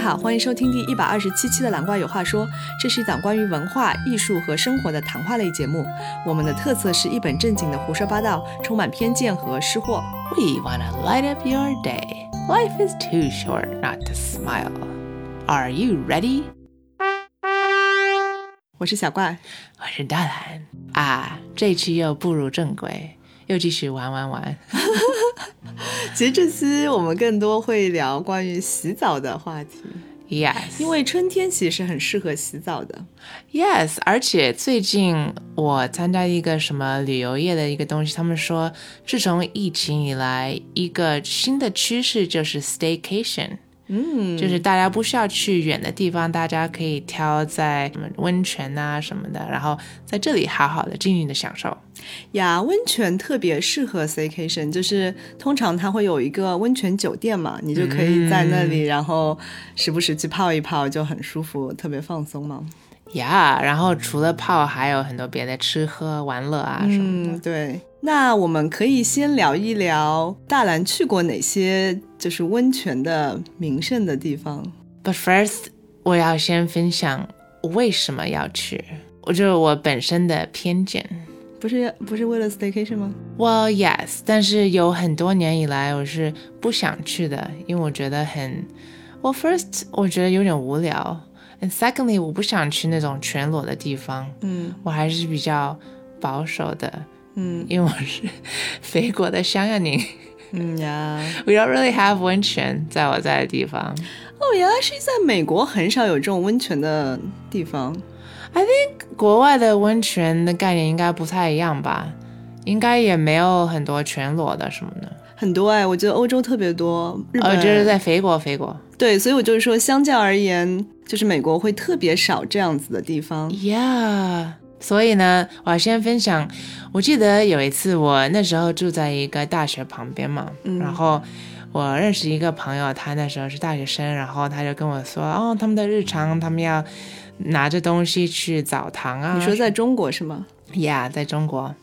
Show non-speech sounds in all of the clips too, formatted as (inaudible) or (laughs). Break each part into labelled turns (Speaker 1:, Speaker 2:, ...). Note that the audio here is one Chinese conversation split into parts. Speaker 1: 好，欢迎收听第一百二十七期的《蓝怪有话说》，这是一档关于文化艺术和生活的谈话类节目。我们的特色是一本正经的胡说八道，充满偏见和失货。
Speaker 2: We want to light up your day. Life is too short not to smile. Are you ready?
Speaker 1: 我是小怪，
Speaker 2: 我是大蓝啊，这期又步入正轨，又继续玩玩玩。
Speaker 1: 其实这期我们更多会聊关于洗澡的话题，
Speaker 2: Yes，
Speaker 1: 因为春天其实很适合洗澡的。
Speaker 2: Yes，而且最近我参加一个什么旅游业的一个东西，他们说自从疫情以来，一个新的趋势就是 staycation。
Speaker 1: 嗯，
Speaker 2: 就是大家不需要去远的地方，大家可以挑在什么温泉啊什么的，然后在这里好好的尽情的享受。
Speaker 1: 呀，温泉特别适合 staycation，就是通常它会有一个温泉酒店嘛，你就可以在那里，然后时不时去泡一泡，就很舒服，特别放松嘛。
Speaker 2: 呀、然后除了泡，还有很多别的吃喝玩乐啊什么的。
Speaker 1: 嗯，对。那我们可以先聊一聊大兰去过哪些就是温泉的名胜的地方。
Speaker 2: But first，我要先分享为什么要去，我就是我本身的偏见。
Speaker 1: 不是不是为了 staycation 吗？
Speaker 2: Well, yes，但是有很多年以来我是不想去的，因为我觉得很，Well, first，我觉得有点无聊，and secondly，我不想去那种全裸的地方，
Speaker 1: 嗯
Speaker 2: 我还是比较保守的，
Speaker 1: 嗯
Speaker 2: 因为我是 (laughs) 肥国的香港人
Speaker 1: 嗯呀，
Speaker 2: ，We don't really have 温泉在我在的地方。
Speaker 1: 哦，原来是在美国很少有这种温泉的地方。
Speaker 2: I think 国外的温泉的概念应该不太一样吧，应该也没有很多全裸的什么的，
Speaker 1: 很多哎，我觉得欧洲特别多，日本、
Speaker 2: 呃，就是在肥国，肥国。
Speaker 1: 对，所以我就是说，相较而言，就是美国会特别少这样子的地方。
Speaker 2: Yeah，所以呢，我要先分享，我记得有一次我那时候住在一个大学旁边嘛，
Speaker 1: 嗯
Speaker 2: 然后我认识一个朋友，他那时候是大学生，然后他就跟我说，哦，他们的日常，他们要拿着东西去澡堂啊，
Speaker 1: 你说在中国是吗？
Speaker 2: 呀，在中国。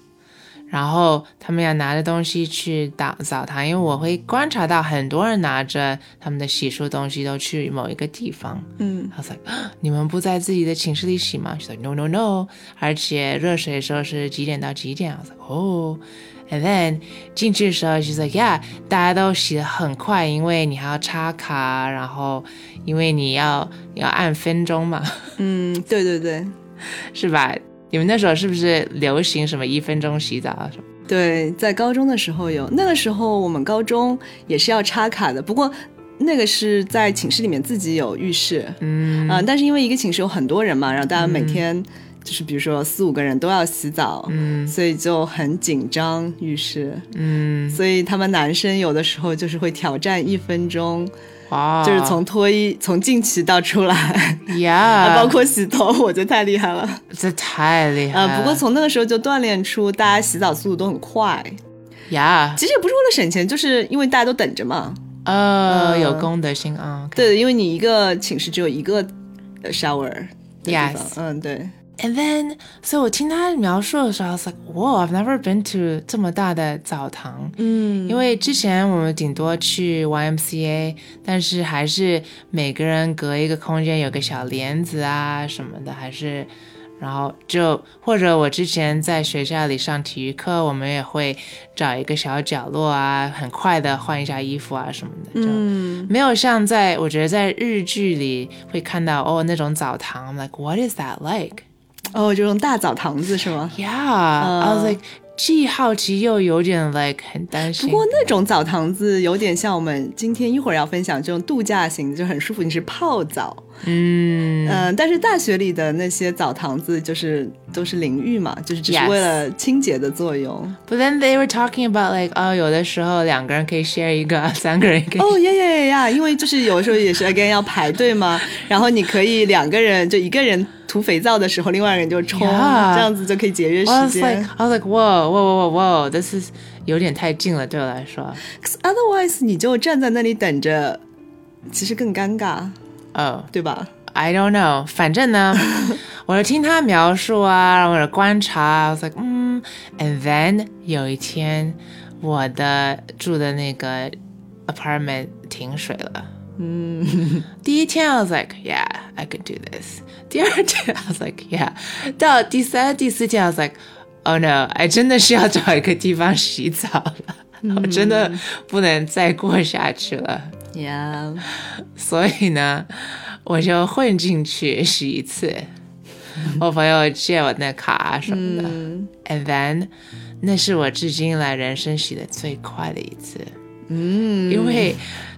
Speaker 2: 然后他们要拿着东西去澡澡堂，因为我会观察到很多人拿着他们的洗漱东西都去某一个地方，
Speaker 1: 嗯
Speaker 2: I was like，啊你们不在自己的寝室里洗吗？She's like, no, no, no。而且热水的时候是几点到几点？I was like, oh。And then 进去的时候，she's like, yeah，大家都洗得很快，因为你还要插卡，然后因为你要你要按分钟嘛，
Speaker 1: 嗯，对对对
Speaker 2: 是吧？你们那时候是不是流行什么一分钟洗澡啊什么？
Speaker 1: 对，在高中的时候有，那个时候我们高中也是要插卡的，不过那个是在寝室里面自己有浴室，
Speaker 2: 嗯
Speaker 1: 嗯、但是因为一个寝室有很多人嘛，然后大家每天就是比如说四五个人都要洗澡，
Speaker 2: 嗯
Speaker 1: 所以就很紧张浴室，
Speaker 2: 嗯，
Speaker 1: 所以他们男生有的时候就是会挑战一分钟，
Speaker 2: 哇，
Speaker 1: 就是从脱衣从进去到出来。 (laughs) 啊，
Speaker 2: 呀，
Speaker 1: 包括洗头，我觉得太厉害了。
Speaker 2: 这太厉害了。
Speaker 1: 呃，不过从那个时候就锻炼出大家洗澡速度都很快。
Speaker 2: 呀，
Speaker 1: 其实也不是为了省钱，就是因为大家都等着嘛。
Speaker 2: 呃，
Speaker 1: 呃
Speaker 2: 有公德心啊，OK。
Speaker 1: 对，因为你一个寝室只有一个呃 shower 的地方。
Speaker 2: Yes
Speaker 1: 嗯，对，
Speaker 2: And then，所以我听他描述的时候，I was like, "Wow, I've never been to 这么大的澡堂。
Speaker 1: 嗯
Speaker 2: 因为之前我们顶多去 YMCA，但是还是每个人隔一个空间，有个小帘子啊什么的，还是，然后就或者我之前在学校里上体育课，我们也会找一个小角落啊，很快的换一下衣服啊什么的，就
Speaker 1: 嗯
Speaker 2: 没有像在我觉得在日剧里会看到哦那种澡堂，like what is that like？
Speaker 1: 哦，这种大澡堂子是吗？
Speaker 2: Yeah, I was
Speaker 1: 嗯
Speaker 2: like 既好奇又有点 like 很担
Speaker 1: 不
Speaker 2: 心。
Speaker 1: 过那种澡堂子有点像我们今天一会儿要分享这种度假型的，就很舒服，你是泡澡。
Speaker 2: 嗯，
Speaker 1: 嗯、但是大学里的那些澡堂子就是都是淋浴嘛，就是只是
Speaker 2: Yes
Speaker 1: 为了清洁的作用。
Speaker 2: but then they were talking about like 哦，有的时候两个人可以 share 一个， (laughs) 三个人可
Speaker 1: (laughs)
Speaker 2: 以。
Speaker 1: 哦耶耶呀！因为就是有时候也是 again 要排队嘛，然后你可以两个人就一个人涂肥皂的时候，另外一个人就冲
Speaker 2: Yeah
Speaker 1: 这样子就可以节约
Speaker 2: I
Speaker 1: 时
Speaker 2: was like,
Speaker 1: 间。
Speaker 2: I was like, whoa, whoa, whoa, whoa, this is 有点太近了，对我来说。
Speaker 1: 'Cause otherwise 你就站在那里等着，其实更尴尬，
Speaker 2: 哦、
Speaker 1: 对吧？
Speaker 2: I don't know，反正呢，我就听他描述啊，然后我就观察，I was like，嗯，and then 有一天，我的住的那个 apartment 停水了。
Speaker 1: 嗯，
Speaker 2: 第一天 I was like yeah I can do this，第 (laughs) 二天 I was like yeah，到第三、第四天 I was like oh no，哎，真的是要找一个地方洗澡了，我真的不能再过下去了。
Speaker 1: 呀，
Speaker 2: 所以呢，我就混进去洗一次。我朋友借我那卡啊什么的、a n d then 那是我至今来人生洗的最快的一次。嗯，因为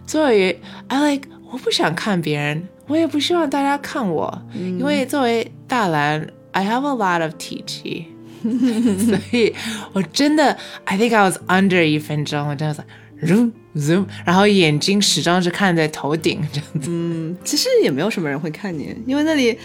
Speaker 2: 作为 I like 我不想看别人，我也不希望大家看我，因为作为大蓝，I have a lot of 体积。 (laughs) 所以我真的，I think I was under 一分钟，我真的是 zoom zoom，然后眼睛始终是看在头顶这样子。
Speaker 1: 其实也没有什么人会看你，因为那里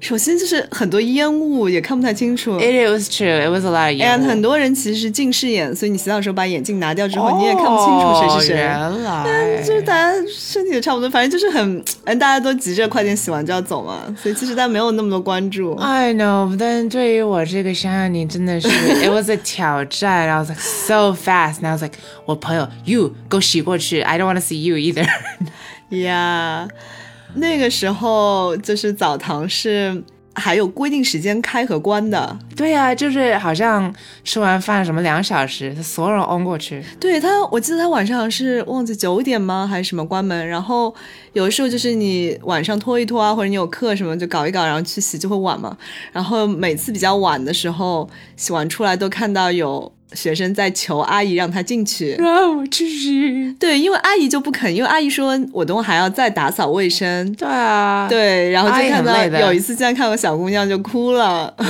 Speaker 1: 首先就是很多烟雾，也看不太清楚。
Speaker 2: It was true, it was a lot of 烟
Speaker 1: and
Speaker 2: 雾。
Speaker 1: 很多人其实是近视眼，所以你洗澡的时候把眼镜拿掉之后，你也看不清楚谁是谁。
Speaker 2: 哦原来
Speaker 1: 但就是大家身体也差不多，反正就是很，嗯，大家都急着快点洗完就要走嘛，所以其实大家没有那么多关注。
Speaker 2: I know，但对于我这个想想你
Speaker 1: (laughs)
Speaker 2: 真的是，it was a 挑战。I was like so fast，and I was like，我朋友，you go 洗过去，I don't want to see you either (laughs)
Speaker 1: 呀那个时候就是澡堂是还有规定时间开和关的，
Speaker 2: 对呀、就是好像吃完饭什么两小时，所有人嗡过去。
Speaker 1: 对他，我记得他晚上是忘记九点吗还是什么关门，然后有的时候就是你晚上拖一拖啊，或者你有课什么就搞一搞，然后去洗就会晚嘛。然后每次比较晚的时候，洗完出来都看到有学生在求阿姨让他进去，
Speaker 2: 让我去洗。
Speaker 1: 对，因为阿姨就不肯，因为阿姨说我等会还要再打扫卫生。
Speaker 2: 对啊，， (laughs)
Speaker 1: 对，然后就
Speaker 2: 阿姨
Speaker 1: 看
Speaker 2: 很累
Speaker 1: 到
Speaker 2: 的
Speaker 1: 有一次，竟然看到小姑娘就哭
Speaker 2: (laughs)
Speaker 1: 了。
Speaker 2: 哎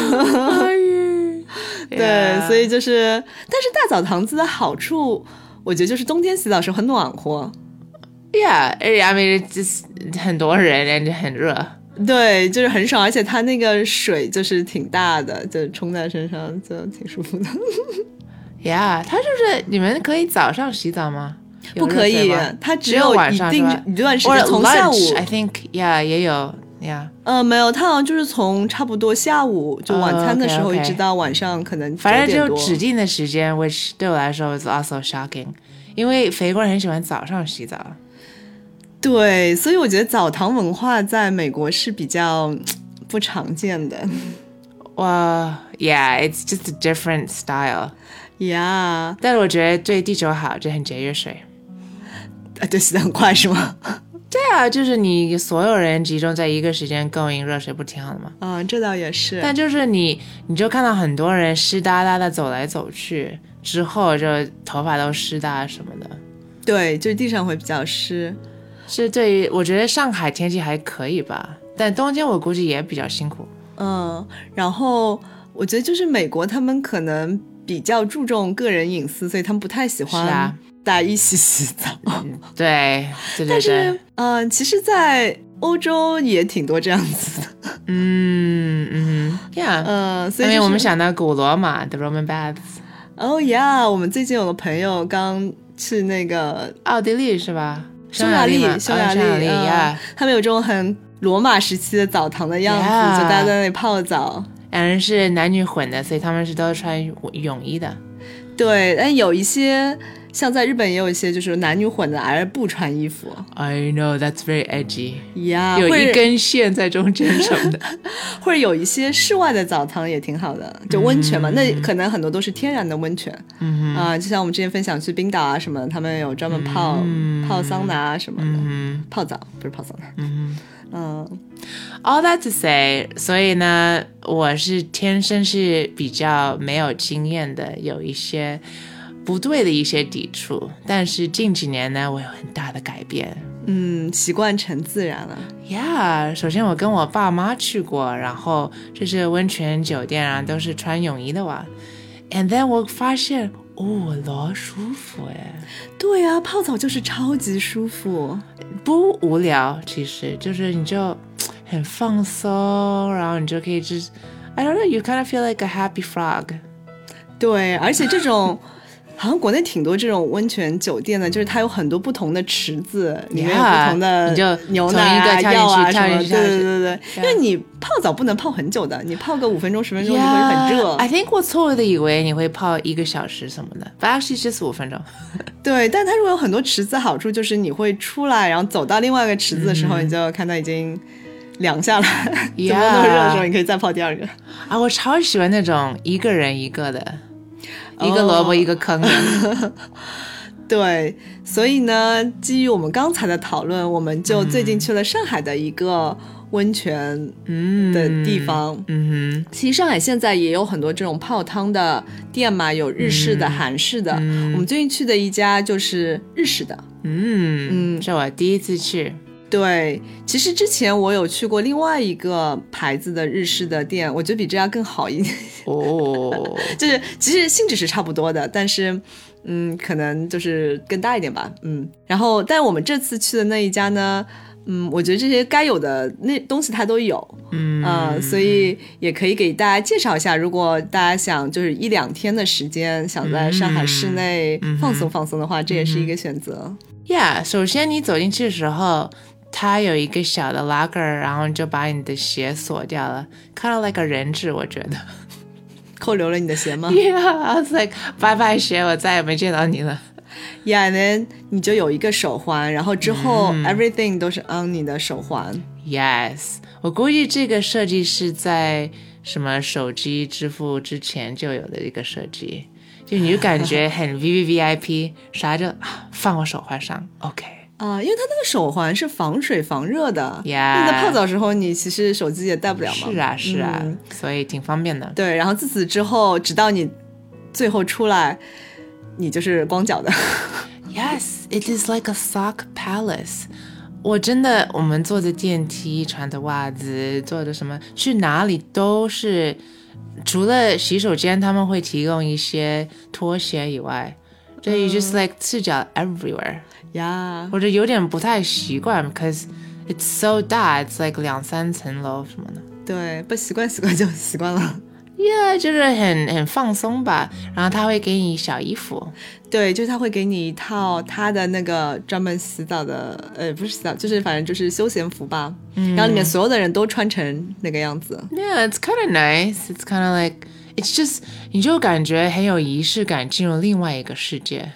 Speaker 2: 呀，
Speaker 1: 对，
Speaker 2: 啊
Speaker 1: 所以就是，但是大澡堂子的好处，我觉得就是冬天洗澡的时候很暖和。
Speaker 2: yeah，而且 I mean it's just 很多人，然后很热。
Speaker 1: 对，就是很爽，而且它那个水就是挺大的，就冲在身上就挺舒服的。
Speaker 2: Yeah，它就是你们可以早上洗澡吗？有
Speaker 1: 不可
Speaker 2: 热水
Speaker 1: 以
Speaker 2: 吗，
Speaker 1: 它
Speaker 2: 只
Speaker 1: 有
Speaker 2: 晚
Speaker 1: 一
Speaker 2: 上
Speaker 1: 定
Speaker 2: 是吧
Speaker 1: 一段时
Speaker 2: 或
Speaker 1: 间，
Speaker 2: 者
Speaker 1: 从下午
Speaker 2: lunch, 哎 I think yeah 也有 yeah，
Speaker 1: 呃，没有，它好像就是从差不多下午就晚餐的时候，
Speaker 2: 哦
Speaker 1: 一
Speaker 2: ，OK，OK
Speaker 1: 直到晚上，可能
Speaker 2: 反
Speaker 1: 9
Speaker 2: 正
Speaker 1: 点
Speaker 2: 就
Speaker 1: 多
Speaker 2: 指定的时间，which 对我来说 is also shocking，因为肥国人很喜欢早上洗澡。
Speaker 1: 对，所以我觉得澡堂文化在美国是比较不常见的。
Speaker 2: 哇、y e a h it's just a different style。
Speaker 1: 呀、
Speaker 2: 但是我觉得对地球好，这很节约水。
Speaker 1: 啊，对，洗的很快是吗？
Speaker 2: 对啊，就是你所有人集中在一个时间供应热水，不挺好的吗？
Speaker 1: 嗯，这倒也是。
Speaker 2: 但就是你，你就看到很多人湿哒哒的走来走去，之后就头发都湿哒什么的。
Speaker 1: 对，就是地上会比较湿。
Speaker 2: 是对于我觉得上海天气还可以吧，但东京我估计也比较辛苦。
Speaker 1: 嗯，然后我觉得就是美国他们可能比较注重个人隐私，所以他们不太喜
Speaker 2: 是
Speaker 1: 欢
Speaker 2: 啊
Speaker 1: 大家一起洗澡。
Speaker 2: 对对对
Speaker 1: 但是
Speaker 2: 对，，
Speaker 1: 嗯、其实，在欧洲也挺多这样子的。
Speaker 2: 嗯嗯哼，Yeah，
Speaker 1: 嗯、所
Speaker 2: 因
Speaker 1: 以、
Speaker 2: 为
Speaker 1: 就是、
Speaker 2: 我们想到古罗马的 Roman Baths，
Speaker 1: 哦呀，我们最近有个朋友刚去那个
Speaker 2: 奥地利是吧？
Speaker 1: 匈牙利
Speaker 2: 嘛，哦
Speaker 1: 匈
Speaker 2: 匈
Speaker 1: 牙利，
Speaker 2: 牙利哎
Speaker 1: 嗯
Speaker 2: ，Yeah，
Speaker 1: 他们有这种很罗马时期的澡堂的样子
Speaker 2: Yeah
Speaker 1: 就大家在那里泡澡。
Speaker 2: 两人是男女混的，所以他们是都穿泳衣的。
Speaker 1: 对，但有一些像在日本也有一些就是男女混的，而不穿衣服
Speaker 2: I know that's very edgy，
Speaker 1: 呀
Speaker 2: 有
Speaker 1: 或
Speaker 2: 一
Speaker 1: 者
Speaker 2: 根线在中间什么的。
Speaker 1: 或者有一些室外的澡堂也挺好的，就温泉嘛，那可能很多都是天然的温泉
Speaker 2: 嗯
Speaker 1: 啊、就像我们之前分享去冰岛啊什么的，他们有专门泡、泡桑拿啊什么的，
Speaker 2: 嗯
Speaker 1: 泡澡不是泡桑拿，
Speaker 2: 嗯。
Speaker 1: 嗯
Speaker 2: All that to say，所以呢，我是天生是比较没有经验的，有一些不对的一些抵触。但是近几年呢，我有很大的改变。
Speaker 1: 嗯，习惯成自然了，
Speaker 2: Yeah，首先我跟我爸妈去过，然后这是温泉酒店啊，都是穿泳衣的哇。And then 我发现，哦，老舒服哎，
Speaker 1: 对啊，泡澡就是超级舒服，
Speaker 2: 不无聊，其实就是你就很放松，然后你就可以就是，I don't know，you kind of feel like a happy frog。 (laughs)
Speaker 1: 对，而且这种好像国内挺多这种温泉酒店的，就是它有很多不同的池子，里面有
Speaker 2: Yeah，
Speaker 1: 不同的
Speaker 2: 你就
Speaker 1: 牛
Speaker 2: 从
Speaker 1: 奶
Speaker 2: 一
Speaker 1: 啊、
Speaker 2: 个跳进去
Speaker 1: 药啊什
Speaker 2: 跳
Speaker 1: 么
Speaker 2: 进
Speaker 1: 的。对对
Speaker 2: 去跳进去
Speaker 1: 对对，因为你泡澡不能泡很久的，你泡个五分钟、十分钟你会很热。
Speaker 2: I think 我错误的以为你会泡一个小时什么的，but actually just 五分钟。
Speaker 1: 对，但它如果有很多池子，好处就是你会出来，然后走到另外一个池子的时候，
Speaker 2: 嗯
Speaker 1: 你就看它已经凉下 (laughs) 来， (laughs) 怎么那么热的时候，
Speaker 2: Yeah
Speaker 1: 你可以再泡第二个。
Speaker 2: 啊，我超喜欢那种一个人一个的，一个
Speaker 1: 哦 (laughs)
Speaker 2: 萝卜一个坑的。
Speaker 1: 对，所以呢，基于我们刚才的讨论，我们就最近去了上海的一个温泉
Speaker 2: 嗯
Speaker 1: 的地方。
Speaker 2: 嗯
Speaker 1: 其实上海现在也有很多这种泡汤的店嘛，有日式
Speaker 2: 嗯
Speaker 1: 的、韩式的。我们最近去的一家就是日式的。
Speaker 2: 哼，嗯，这我第一次去。
Speaker 1: 对，其实之前我有去过另外一个牌子的日式的店，我觉得比这家更好一点。
Speaker 2: 哦，
Speaker 1: 就是其实性质是差不多的，但是嗯，可能就是更大一点吧，嗯。然后，但我们这次去的那一家呢，嗯，我觉得这些该有的那东西它都有，
Speaker 2: 嗯
Speaker 1: 啊、所以也可以给大家介绍一下，如果大家想就是一两天的时间，想在上海市内放松放松的话，这也是一个选择。
Speaker 2: ，Yeah，首先你走进去的时候，它有一个小的 locker，然后就把你的鞋锁掉了，看到 like 个人质，
Speaker 1: (laughs)
Speaker 2: 我觉得。 (laughs)
Speaker 1: 扣留了你的鞋吗
Speaker 2: Yeah，I was like，拜拜鞋，我再也没见到你了。
Speaker 1: ？Yeah，and then 你就有一个手环，然后之后 everything 都是 on 你的手环。
Speaker 2: Yes，我估计这个设计是在什么手机支付之前就有的一个设计，就你就
Speaker 1: (laughs)
Speaker 2: 感觉很 V V V I P，啥就、啊、放我手环上，OK。
Speaker 1: 啊、因为它那个手环是防水防热的，因
Speaker 2: Yeah
Speaker 1: 为在泡澡时候你其实手机也带不了嘛。
Speaker 2: 啊是啊，是啊，
Speaker 1: 嗯
Speaker 2: 所以挺方便的。
Speaker 1: 对，然后自此之后，直到你最后出来，你就是光脚的。
Speaker 2: Yes, it is like a sock palace. 我真的，我们坐着电梯，穿着袜子，坐着什么，去哪里都是，除了洗手间他们会提供一些拖鞋以外，这 you just like 赤脚 everywhere，
Speaker 1: 呀
Speaker 2: 我就有点不太习惯，because it's so 大，it's like 两三层楼什么的。
Speaker 1: 对，不习惯习惯就习惯了。
Speaker 2: Yeah，就是很很放松吧，然后他会给你小衣服，
Speaker 1: 对，就是他会给你一套他的那个专门洗澡的，呃，不是洗澡，就是反正就是休闲服吧。嗯、然后里面所有的人都穿成那个样子。
Speaker 2: Yeah, it's kind of nice. It's kind of like it's just 你就感觉很有仪式感，进入另外一个世界。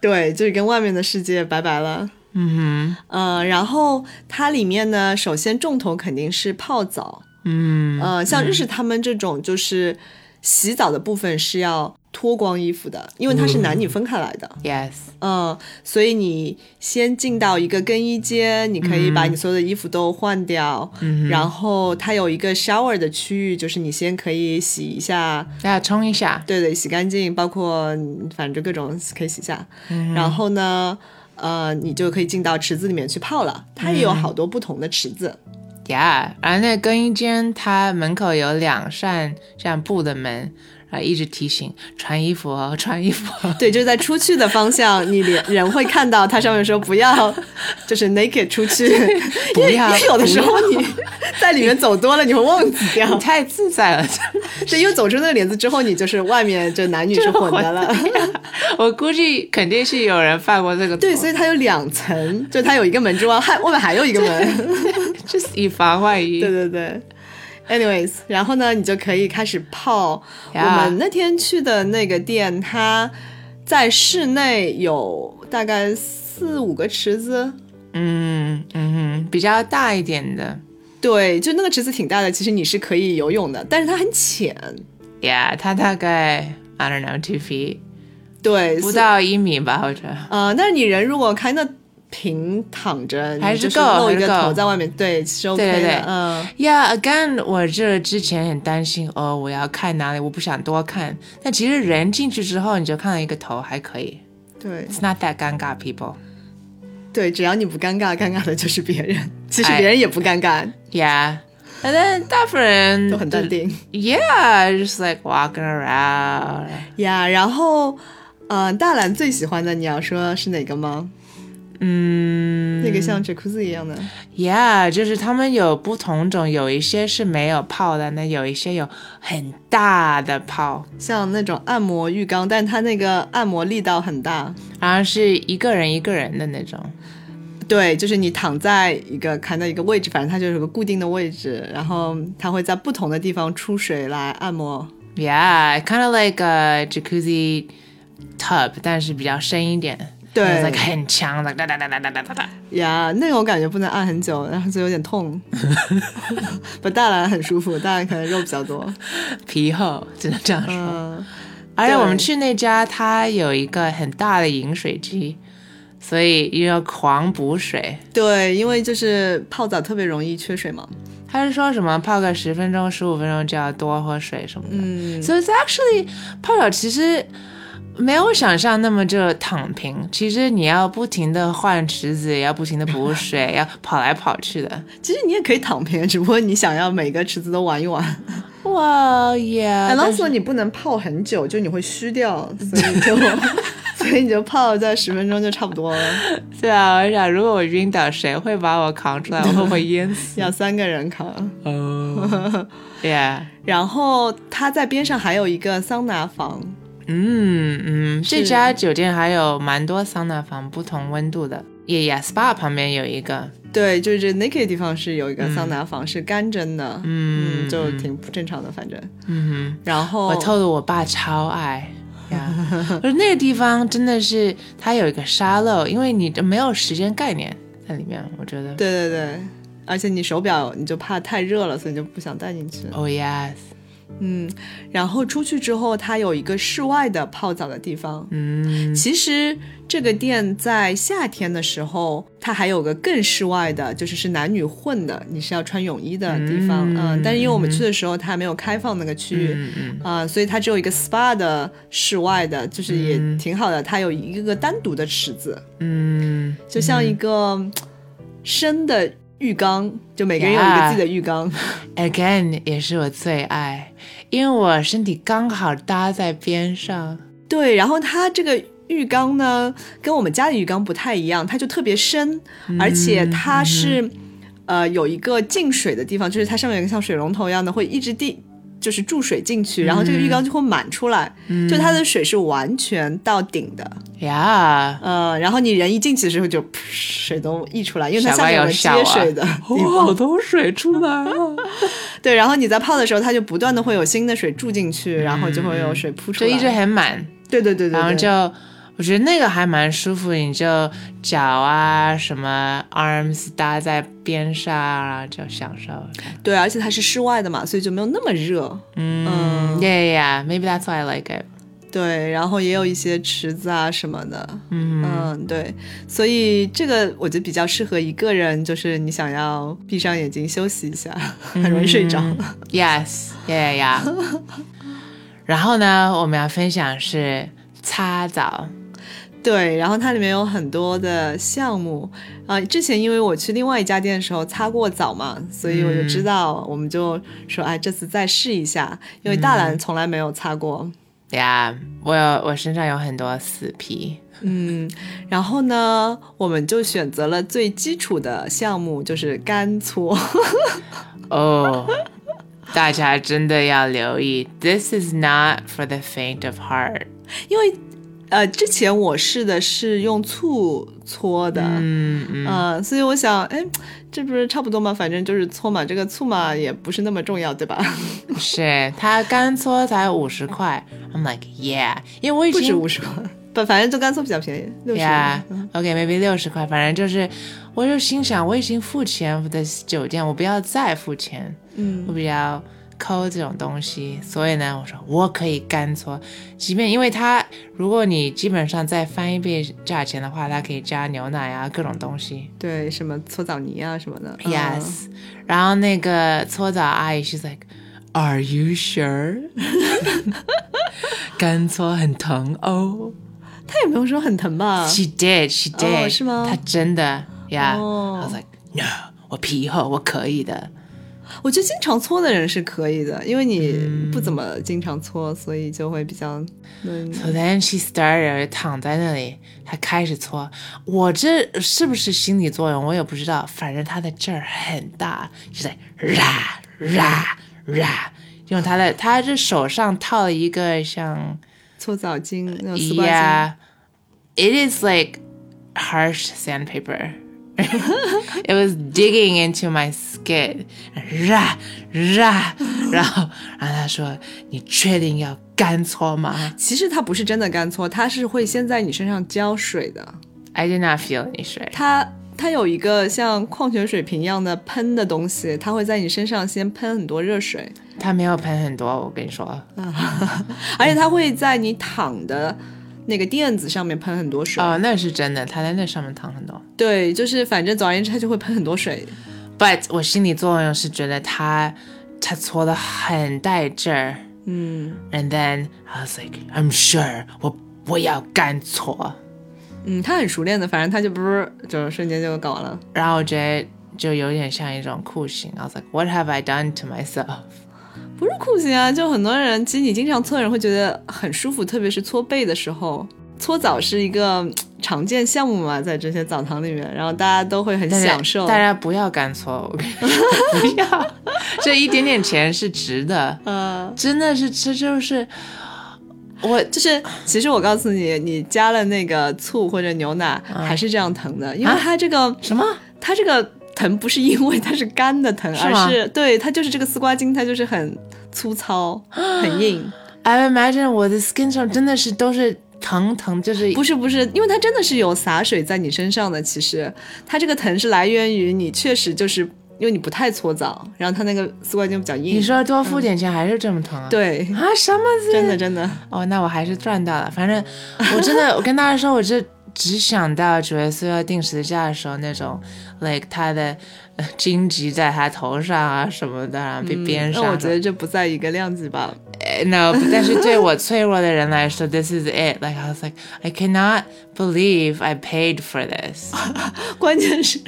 Speaker 1: 对，就是跟外面的世界拜拜了。
Speaker 2: 嗯
Speaker 1: 呃，然后它里面呢，首先重头肯定是泡澡。
Speaker 2: 哼，嗯
Speaker 1: 呃，像日式他们这种就是洗澡的部分是要脱光衣服的，因为它是男女分开来的。
Speaker 2: ，Yes，
Speaker 1: 嗯，所以你先进到一个更衣间，你可以把你所有的衣服都换掉，然后它有一个 shower 的区域，就是你先可以洗一下，
Speaker 2: 大家冲一下。
Speaker 1: 对对，洗干净，包括嗯反正就各种可以洗一下，然后呢，呃，你就可以进到池子里面去泡了，它也有好多不同的池子，
Speaker 2: Yeah，然后那更衣间它门口有两扇这样布的门，然后一直提醒穿衣服哦，穿衣服哦。
Speaker 1: (laughs) 对，就是在出去的方向，你脸人会看到它上面说不要，就是 naked 出 (laughs) 去，
Speaker 2: 不要
Speaker 1: 因为因为有的时候
Speaker 2: 不
Speaker 1: (laughs) 你在里面走多了，你会忘记掉
Speaker 2: 你。太自在了，真的
Speaker 1: (laughs) 对，因为走出那个帘子之后，你就是外面这男女是混的了。 (laughs)
Speaker 2: 啊我估计肯定是有人犯过这个错，
Speaker 1: 对，所以它有两层，就它有一个门之外，还外面还有一个门。
Speaker 2: (laughs) 就是以防万一。
Speaker 1: 对 (laughs) 对对。Anyways，然后呢，你就可以开始泡。我
Speaker 2: 呀
Speaker 1: 们那天去的那个店，它在室内有大概四五个池子。
Speaker 2: 嗯嗯哼，比较大一点的
Speaker 1: 对，就那个池子挺大的，其实你是可以游泳的，但是它很浅。
Speaker 2: ，Yeah，它大概 I don't know two feet。
Speaker 1: 对，
Speaker 2: 不
Speaker 1: 所以
Speaker 2: 到一米吧，我觉得。
Speaker 1: 呃，但是你人如果开那平躺着，你
Speaker 2: 还是
Speaker 1: 就是
Speaker 2: 够
Speaker 1: 露一个
Speaker 2: 还是够
Speaker 1: 头在外面，对，是 OK 的，
Speaker 2: 对对
Speaker 1: 嗯。
Speaker 2: Yeah, again，我这之前很担心哦，我要看哪里，我不想多看。但其实人进去之后，你就看到一个头，还可以。
Speaker 1: 对
Speaker 2: It's not that 尴尬，people。
Speaker 1: 对，只要你不尴尬，尴尬的就是别人。其实
Speaker 2: 哎
Speaker 1: 别人也不尴尬，
Speaker 2: Yeah，但大部分人
Speaker 1: 都很淡。定
Speaker 2: Yeah，just like walking around。
Speaker 1: 呀。然后，呃，大兰最喜欢的你要说是哪个吗？
Speaker 2: 嗯，
Speaker 1: 那个像 jacuzzi 一样的，
Speaker 2: Yeah，就是他们有不同种，有一些是没有泡的，那有一些有很大的泡，
Speaker 1: 像那种按摩浴缸，但它那个按摩力道很大。
Speaker 2: 然后是一个人一个人的那种。
Speaker 1: 对，就是你躺在一个砍在一个位置，反正它就是有个固定的位置，然后它会在不同的地方出水来按摩。
Speaker 2: Yeah，kind of like a jacuzzi tub，但是比较深一点，
Speaker 1: 对
Speaker 2: like 很强的哒哒哒哒哒哒哒哒。
Speaker 1: 呀那种感觉不能按很久，然后就有点 (laughs) 痛。不，大兰很舒服，大兰可能肉比较多。
Speaker 2: 皮厚，只能这样说。
Speaker 1: 嗯，
Speaker 2: 而且
Speaker 1: 对
Speaker 2: 我们去那家，它有一个很大的饮水机，所以又要狂补水。
Speaker 1: 对，因为就是泡澡特别容易缺水嘛。
Speaker 2: 他是说什么泡个十分钟、十五分钟就要多喝水什么的。
Speaker 1: 嗯，
Speaker 2: So it's actually 泡澡其实没有想象那么就躺平，其实你要不停的换池子，也要不停的
Speaker 1: (laughs)
Speaker 2: 补水，要跑来跑去的。
Speaker 1: 其实你也可以躺平，只不过你想要每个池子都玩一 (laughs) 玩。
Speaker 2: 哇耶！
Speaker 1: 然后说你不能泡很久，就你会虚掉， (laughs) 所以就所以你就泡在十分钟就差不多了。
Speaker 2: 对啊，我想如果我晕倒，谁会把我扛出来？我会不会
Speaker 1: (laughs)
Speaker 2: 淹死？
Speaker 1: 要三个人扛。
Speaker 2: 哦，Yeah，
Speaker 1: 然后它在边上还有一个桑拿房，
Speaker 2: 嗯嗯，这
Speaker 1: 是
Speaker 2: 家酒店还有蛮多桑拿房，不同温度的。Yeah, yeah, spa 旁边有一个，
Speaker 1: 对，就是那个地方是有一个桑拿房，是干蒸的，
Speaker 2: 嗯
Speaker 1: 就挺不正常的，反正。
Speaker 2: 嗯哼。
Speaker 1: 然后
Speaker 2: 我透露我爸超爱。呀，我说那个地方真的是，它有一个沙漏，因为你没有时间概念在里面，我觉得。
Speaker 1: 对对对，而且你手表你就怕太热了，所以你就不想带进去。
Speaker 2: Oh yes，
Speaker 1: 嗯，然后出去之后，它有一个室外的泡澡的地方。
Speaker 2: 嗯，
Speaker 1: 其实这个店在夏天的时候，它还有个更室外的，就是是男女混的，你是要穿泳衣的地方。
Speaker 2: 嗯
Speaker 1: 嗯，但是因为我们去的时候，它还没有开放那个区域。
Speaker 2: 嗯嗯，
Speaker 1: 啊、所以它只有一个 SPA 的室外的，就是也挺好的。它有一个个单独的池子，
Speaker 2: 嗯，
Speaker 1: 就像一个嗯深的浴缸，就每个人有一个自己的浴缸。
Speaker 2: again 也是我最爱，因为我身体刚好搭在边上。
Speaker 1: 对，然后它这个浴缸呢，跟我们家的浴缸不太一样，它就特别深，而且它是、呃有一个进水的地方，就是它上面有一个像水龙头一样的，会一直滴。就是注水进去，然后这个浴缸就会满出来，就它的水是完全到顶的，
Speaker 2: 呀、
Speaker 1: 呃，然后你人一进去的时候就噗水都溢出来，因为它
Speaker 2: 傻
Speaker 1: 下
Speaker 2: 瓜
Speaker 1: 面有
Speaker 2: 有
Speaker 1: 个
Speaker 2: 笑
Speaker 1: 接
Speaker 2: 啊
Speaker 1: 水的地方。
Speaker 2: 好多水出来啊了，
Speaker 1: 对，然后你在泡的时候，它就不断的会有新的水注进去，然后就会有水扑出
Speaker 2: (laughs) 就
Speaker 1: 来。
Speaker 2: 一直很满。
Speaker 1: 对对对对对，
Speaker 2: 然后就我觉得那个还蛮舒服，你就脚啊什么 arms 搭在边上啊，就享受。
Speaker 1: 对，而且它是室外的嘛，所以就没有那么热。
Speaker 2: 嗯
Speaker 1: 嗯
Speaker 2: ，yeah yeah maybe that's why I like it。
Speaker 1: 对，然后也有一些池子啊什么的。
Speaker 2: 嗯
Speaker 1: 嗯，对，所以这个我觉得比较适合一个人，就是你想要闭上眼睛休息一下，很容易睡着。
Speaker 2: ，yes yeah yeah。然后呢，我们要分享是擦澡，
Speaker 1: (laughs) 对，然后它里面有很多的项目啊、之前因为我去另外一家店的时候擦过澡嘛，所以我就知道，我们就说，哎，这次再试一下，因为大兰从来没有擦过。
Speaker 2: 呀、yeah,，我有我身上有很多死皮，
Speaker 1: 嗯，然后呢，我们就选择了最基础的项目，就是干搓。 (laughs)
Speaker 2: 哦、大家真的要留意，this is not for the faint of heart。
Speaker 1: 因为呃，之前我试的是用醋搓的，
Speaker 2: 嗯嗯。
Speaker 1: 呃所以我想，哎，这不是差不多吗？反正就是搓嘛，这个醋嘛也不是那么重要，对吧？
Speaker 2: 嗯是它干搓才五十块，I'm like yeah，因为我已
Speaker 1: 不止
Speaker 2: 经
Speaker 1: 五十块，不，反正就干搓比较便宜，六十。嗯
Speaker 2: yeah，OK，maybe、六十块，反正就是，我就心想我已经付钱 for this 酒店，我不要再付钱，
Speaker 1: 嗯，
Speaker 2: 我比较抠这种东西，所以呢，我说我可以干搓，即便因为它如果你基本上再翻一倍价钱的话，它可以加牛奶啊各种东西，
Speaker 1: 对，什么搓澡泥啊什么的。嗯
Speaker 2: 嗯 Yes，、然后那个搓澡阿姨 she's like。Are you sure？干搓很疼哦。
Speaker 1: 他也没有说很疼吧？
Speaker 2: She did, she did，、
Speaker 1: 嗯哦是吗
Speaker 2: 她真的呀。Yeah.
Speaker 1: 哦
Speaker 2: I was like, no，我皮厚，我可以的。
Speaker 1: 我觉得经常搓的人是可以的，因为
Speaker 2: 嗯
Speaker 1: 你不怎么经常搓，所以就会比较嗯能
Speaker 2: So then she started 躺在那里，她开始搓。我这是不是心理作用？我也不知道。反正她的劲儿很大，就在啦啦啦，用她的，她这手上套了一个像
Speaker 1: 搓澡巾那种丝瓜巾。
Speaker 2: Yeah, it is like harsh sandpaper. (laughs) it was digging into my skin. (laughs) 然然后，然后他说：“你确定要干搓吗
Speaker 1: 其实它不是真的干搓，它是会先在你身上浇水的。
Speaker 2: ？”I did not feel any 水。
Speaker 1: 它它有一个像矿泉水瓶一样的喷的东西，它会在你身上先喷很多热
Speaker 2: (laughs)
Speaker 1: 水，
Speaker 2: 他没有喷很多，我跟你说。
Speaker 1: 而且它会在你躺的那个垫子上面喷很多水。
Speaker 2: 哦，那是真的，他在那上面躺很多。
Speaker 1: 对，就是反正总而言之，它就会喷很多水。
Speaker 2: But 我心理作用是觉得他他搓的很带劲儿。
Speaker 1: 嗯
Speaker 2: And then I was like, I'm sure 我我要干搓。
Speaker 1: 嗯，它很熟练的，反正它就不是就是瞬间就搞完了。
Speaker 2: 然后我觉得就有点像一种酷刑。I was like, what have I done to myself？
Speaker 1: 不是酷刑啊，就很多人，其实你经常搓的人会觉得很舒服，特别是搓背的时候。搓澡是一个嗯常见项目嘛，在这些澡堂里面，然后大家都会很
Speaker 2: 但是
Speaker 1: 享受。
Speaker 2: 大家不要干搓， (laughs) 我跟你说，不要，这一点点钱是值的，
Speaker 1: 呃，
Speaker 2: 真的是，这就是我
Speaker 1: 就是其实我告诉你，你加了那个醋或者牛奶，
Speaker 2: 啊
Speaker 1: 还是这样疼的，因为它这个、
Speaker 2: 什么
Speaker 1: 它这个疼不是因为它是干的疼，
Speaker 2: 是吗
Speaker 1: 而是对它就是这个丝瓜筋，它就是很粗糙、很硬。
Speaker 2: ？I imagine 我的 skin 上真的是都是疼疼，就是
Speaker 1: 不是不是，因为它真的是有洒水在你身上的。其实它这个疼是来源于你确实就是因为你不太搓澡，然后它那个丝瓜筋比较硬。
Speaker 2: 你说多付点钱还是这么疼啊？
Speaker 1: 嗯对，
Speaker 2: 啊，什么字？
Speaker 1: 真的真的，
Speaker 2: 哦，那我还是赚到了。反正我真的，我跟大家说，我这只想到主耶稣要定十字架的时候那种，like 他的呃荆棘在他头上啊什么的，然后被编
Speaker 1: 嗯
Speaker 2: 上
Speaker 1: 那
Speaker 2: 的。
Speaker 1: 我觉得这不在一个量级吧。
Speaker 2: 呃 no，但是对我脆弱的人来说，this is it。Like I was like I cannot believe I paid for this。
Speaker 1: 关键是，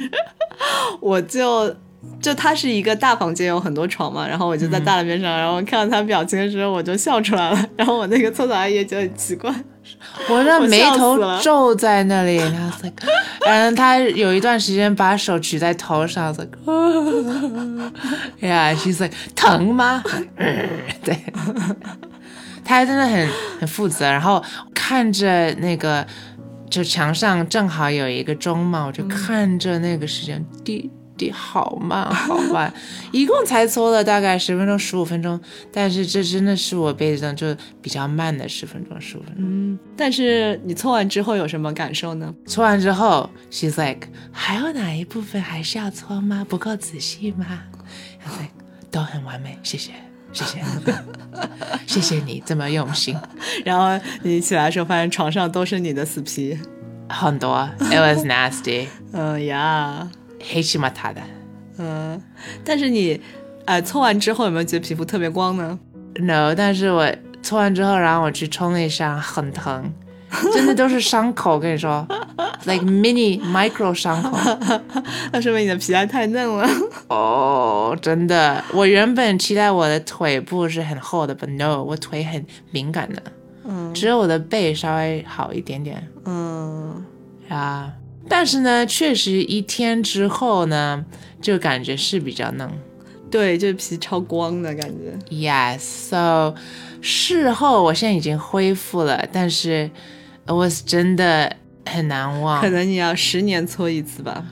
Speaker 1: 我就就它是一个大房间，有很多床嘛，然后我就在大的边上，然后看到他表情的时候，我就笑出来了。然后我那个搓澡阿姨也觉得很奇怪，
Speaker 2: 我让
Speaker 1: 我
Speaker 2: 眉
Speaker 1: 笑
Speaker 2: 头
Speaker 1: 死了
Speaker 2: 皱在那里，然后 like，然后他有一段时间把手举在头上，I (laughs) was like，呀、yeah,，she's like 疼吗？嗯对，他真的很很负责。然后看着那个，就墙上正好有一个钟嘛，我就看着那个时间滴。滴好慢，好慢， (laughs) 一共才搓了大概十分钟、十五分钟，但是这真的是我辈子上就比较慢的十分钟、十五分钟。
Speaker 1: 但是你搓完之后有什么感受呢？
Speaker 2: 搓完之后，she's like，还有哪一部分还是要搓吗？不够仔细吗？I was like，都很完美，谢谢，谢 (laughs) 谢，谢谢你这么用心，
Speaker 1: 然后你起来的时候，发现床上都是你的死皮。
Speaker 2: 很多。It was nasty，
Speaker 1: 嗯呀，
Speaker 2: 黑漆麻塔的。
Speaker 1: 嗯，但是你，呃，搓完之后有没有觉得皮肤特别光呢？
Speaker 2: No，但是我搓完之后，然后我去冲了一下，很疼，真的都是伤口，我跟你说，like mini micro 伤口。
Speaker 1: 那说明你的皮还太嫩了。 (laughs)
Speaker 2: 哦，真的，我原本期待我的腿部是很厚的，but no，我腿很敏感的，
Speaker 1: 嗯
Speaker 2: 只有我的背稍微好一点点
Speaker 1: 嗯，
Speaker 2: 啊。但是呢，确实一天之后呢，就感觉是比较嫩。
Speaker 1: 对，就是皮超光的感觉。
Speaker 2: Yes，so 事后我现在已经恢复了，但是呃我是真的很难忘
Speaker 1: 可。能你要十年搓一次吧。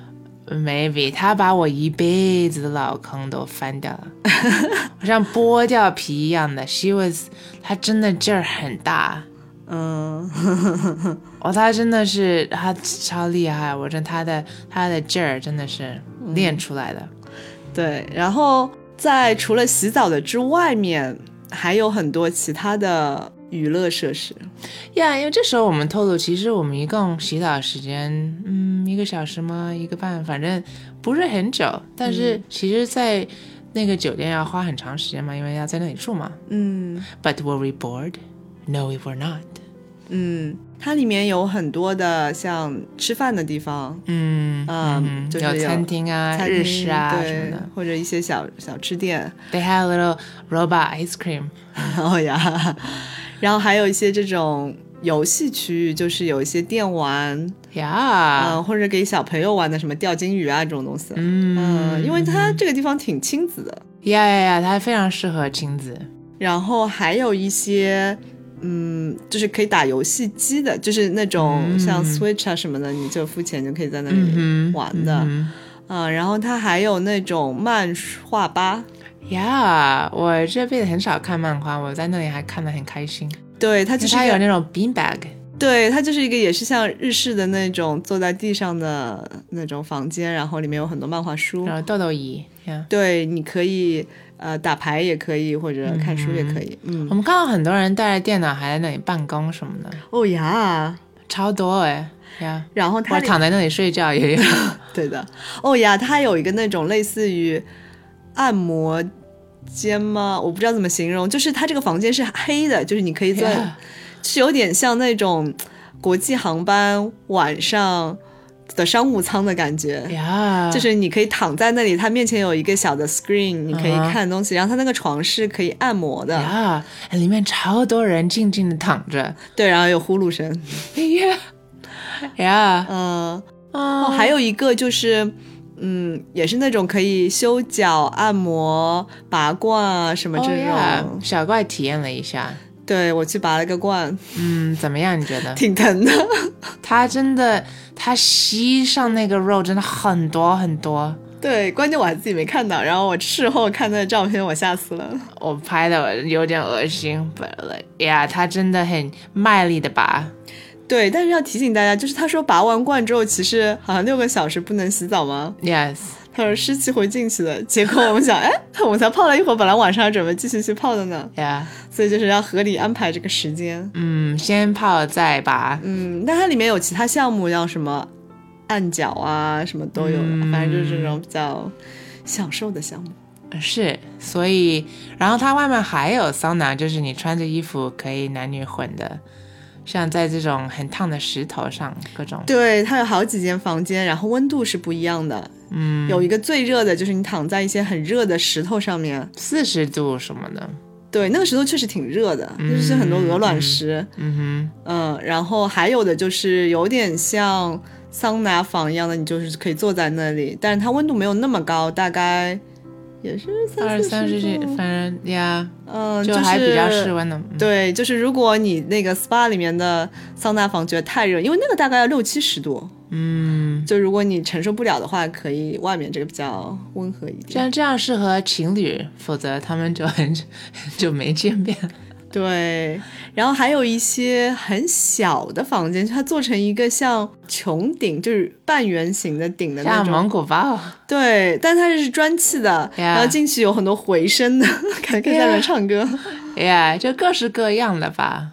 Speaker 2: Maybe 他把我一辈子的老坑都翻掉了， (laughs) 我像剥掉皮一样的。She was，他真的劲儿很大，
Speaker 1: 嗯， (laughs)
Speaker 2: 哦，他真的是他超厉害，我真他的他的劲儿真的是练出来的。
Speaker 1: 对。然后在除了洗澡的之外面，还有很多其他的娱乐设施。
Speaker 2: 呀因为这时候我们透露，其实我们一共洗澡时间，嗯，一个小时吗？一个半，反正不是很久。但是其实，在那个酒店要花很长时间嘛，因为要在那里住嘛。
Speaker 1: 嗯
Speaker 2: But were we bored? No, we were not.
Speaker 1: 嗯，它里面有很多的像吃饭的地方，
Speaker 2: 嗯
Speaker 1: 嗯就是
Speaker 2: 有
Speaker 1: 有
Speaker 2: 餐厅啊、
Speaker 1: 餐
Speaker 2: 日
Speaker 1: 厅
Speaker 2: 式啊什么
Speaker 1: 对
Speaker 2: 的。，
Speaker 1: 或者一些小小吃店， (laughs)
Speaker 2: They have a little robot ice cream.
Speaker 1: 哦呀，然后还有一些这种游戏区域，就是有一些电玩，啊、
Speaker 2: Yeah.
Speaker 1: 或者给小朋友玩的什么钓金鱼啊这种东西，
Speaker 2: 嗯
Speaker 1: 嗯，因为它这个地方挺亲子的，
Speaker 2: 呀呀呀，它非常适合亲子。
Speaker 1: 然后还有一些。嗯，就是可以打游戏机的，就是那种像 Switch 啊什么的，你就付钱就可以在那
Speaker 2: 嗯
Speaker 1: 里
Speaker 2: 哼
Speaker 1: 玩的。
Speaker 2: 嗯
Speaker 1: 啊，然后它还有那种漫画吧，
Speaker 2: 呀、yeah,，我这辈子很少看漫画，我在那里还看得很开心。
Speaker 1: 对，它就
Speaker 2: 就是是它
Speaker 1: 一
Speaker 2: 有
Speaker 1: 个，
Speaker 2: 那种 bean bag，
Speaker 1: 对，它就是一个也是像日式的那种坐在地上的那种房间，然后里面有很多漫画书
Speaker 2: 然，后豆豆椅。Yeah.
Speaker 1: 对，你可以呃打牌也可以，或者看书也可以，嗯，
Speaker 2: 我们看到很多人带着电脑还在那里办公什么的，
Speaker 1: 哦呀，
Speaker 2: 超多哎、呀、
Speaker 1: 然后它
Speaker 2: 我
Speaker 1: 里
Speaker 2: 躺在那里睡觉也有。
Speaker 1: 对的，哦呀，它有一个那种类似于按摩间吗？我不知道怎么形容，就是它这个房间是黑的，就是你可以在
Speaker 2: Yeah.
Speaker 1: 是有点像那种国际航班晚上的商务舱的感觉。
Speaker 2: 呀、yeah.，
Speaker 1: 就是你可以躺在那里，它面前有一个小的 screen，你可以
Speaker 2: 嗯哼
Speaker 1: 看东西然后它那个床是可以按摩的
Speaker 2: 呀、yeah.，里面超多人静静的躺着。
Speaker 1: 对，然后有呼噜声，
Speaker 2: (laughs) 哎呀呀，
Speaker 1: 嗯、
Speaker 2: 哦
Speaker 1: 哦，还有一个就是，嗯，也是那种可以修脚、按摩、拔罐啊什么这种。
Speaker 2: 哦呀，小怪体验了一下，
Speaker 1: 对我去拔了个罐， (laughs)
Speaker 2: 嗯，怎么样？你觉得？
Speaker 1: 挺疼的。 (laughs)
Speaker 2: 它真的，它吸上那个肉真的很多很多。
Speaker 1: 对，关键我还自己没看到，然后我事后看那照片，我吓死了。
Speaker 2: 我拍的我有点恶心，本来呀，它真的很卖力的拔。
Speaker 1: 对，但是要提醒大家，就是他说拔完罐之后，其实好像六个小时不能洗澡吗？
Speaker 2: Yes，
Speaker 1: 他说湿气会进去的。结果我们想，哎，我才泡了一会儿，本来晚上还准备继续去泡的呢，
Speaker 2: 呀、
Speaker 1: 所以就是要合理安排这个时间。
Speaker 2: 嗯，先泡再拔。
Speaker 1: 嗯，但它里面有其他项目，要什么按脚啊，什么都有的，反正就是这种比较享受的项目。
Speaker 2: 是，所以，然后它外面还有桑拿，就是你穿着衣服可以男女混的，像在这种很烫的石头上各种。
Speaker 1: 对，它有好几间房间，然后温度是不一样的。
Speaker 2: 嗯，
Speaker 1: 有一个最热的就是你躺在一些很热的石头上面，
Speaker 2: 四十度什么的。
Speaker 1: 对，那个石头确实挺热的，就是很多鹅卵石，
Speaker 2: 嗯
Speaker 1: 嗯然后还有的就是有点像桑拿房一样的，你就是可以坐在那里，但是它温度没有那么高，大概也是
Speaker 2: 哼，二
Speaker 1: 三
Speaker 2: 三
Speaker 1: 十
Speaker 2: 十
Speaker 1: 度，
Speaker 2: 度，反正呀，
Speaker 1: 嗯，
Speaker 2: 就是还比较室温的。嗯
Speaker 1: 对，就是如果你那个 SPA 里面的桑拿房觉得太热，因为那个大概要六七十度，
Speaker 2: 嗯，
Speaker 1: 就如果你承受不了的话，可以外面这个比较温和一
Speaker 2: 这
Speaker 1: 点。
Speaker 2: 样这样适合情侣，否则他们就很 (laughs) 很久没见面了。
Speaker 1: 对，然后还有一些很小的房间，它做成一个像穹顶，就是半圆形的顶的那
Speaker 2: 像
Speaker 1: 种。
Speaker 2: 蒙古包，
Speaker 1: 对，但它是砖砌的
Speaker 2: Yeah
Speaker 1: 然后进去有很多回声的， (laughs) 感觉可以在里面
Speaker 2: Yeah
Speaker 1: 唱歌。
Speaker 2: 哎呀，就各式各样的吧。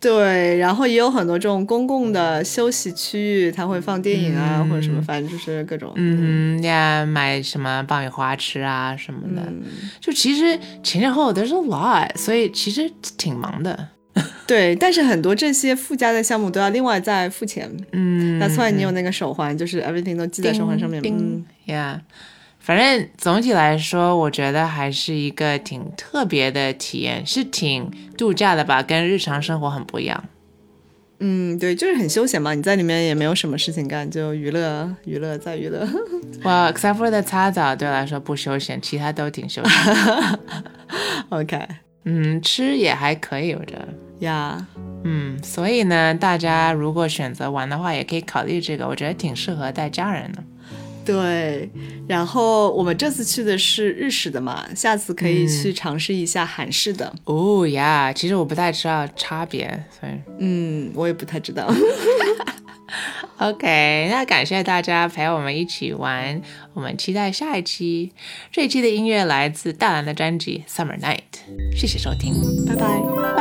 Speaker 1: 对，然后也有很多这种公共的休息区域，它会放电影啊、或者什么，反正就是各种。
Speaker 2: 嗯呀，买什么爆米花吃啊什么的，就其实前前后后 there's a lot，所以其实挺忙的。
Speaker 1: 对，但是很多这些附加的项目都要另外再付钱。
Speaker 2: 嗯，
Speaker 1: 那算你有那个手环，就是 everything 都记在手环上面。嗯
Speaker 2: 冰，呀，反正总体来说，我觉得还是一个挺特别的体验，是挺度假的吧，跟日常生活很不一样。
Speaker 1: 嗯，对，就是很休闲嘛，你在里面也没有什么事情干，就娱乐、娱乐再娱乐。
Speaker 2: 我 except for 的擦澡对我来说不休闲，其他都挺休闲。 (laughs)
Speaker 1: OK，
Speaker 2: 嗯，吃也还可以，我觉得。
Speaker 1: 呀、
Speaker 2: 嗯，所以呢，大家如果选择玩的话，也可以考虑这个，我觉得挺适合带家人的。
Speaker 1: 对。然后我们这次去的是日式的嘛，下次可
Speaker 2: 嗯
Speaker 1: 以去尝试一下韩式的。
Speaker 2: 哦呀，其实我不太知道差别，所以
Speaker 1: 嗯，我也不太知道。 (laughs)
Speaker 2: OK，那感谢大家陪我们一起玩，我们期待下一期。这一期的音乐来自大蓝的专辑《Summer Night》，谢谢收听，
Speaker 1: 拜拜。
Speaker 2: 拜。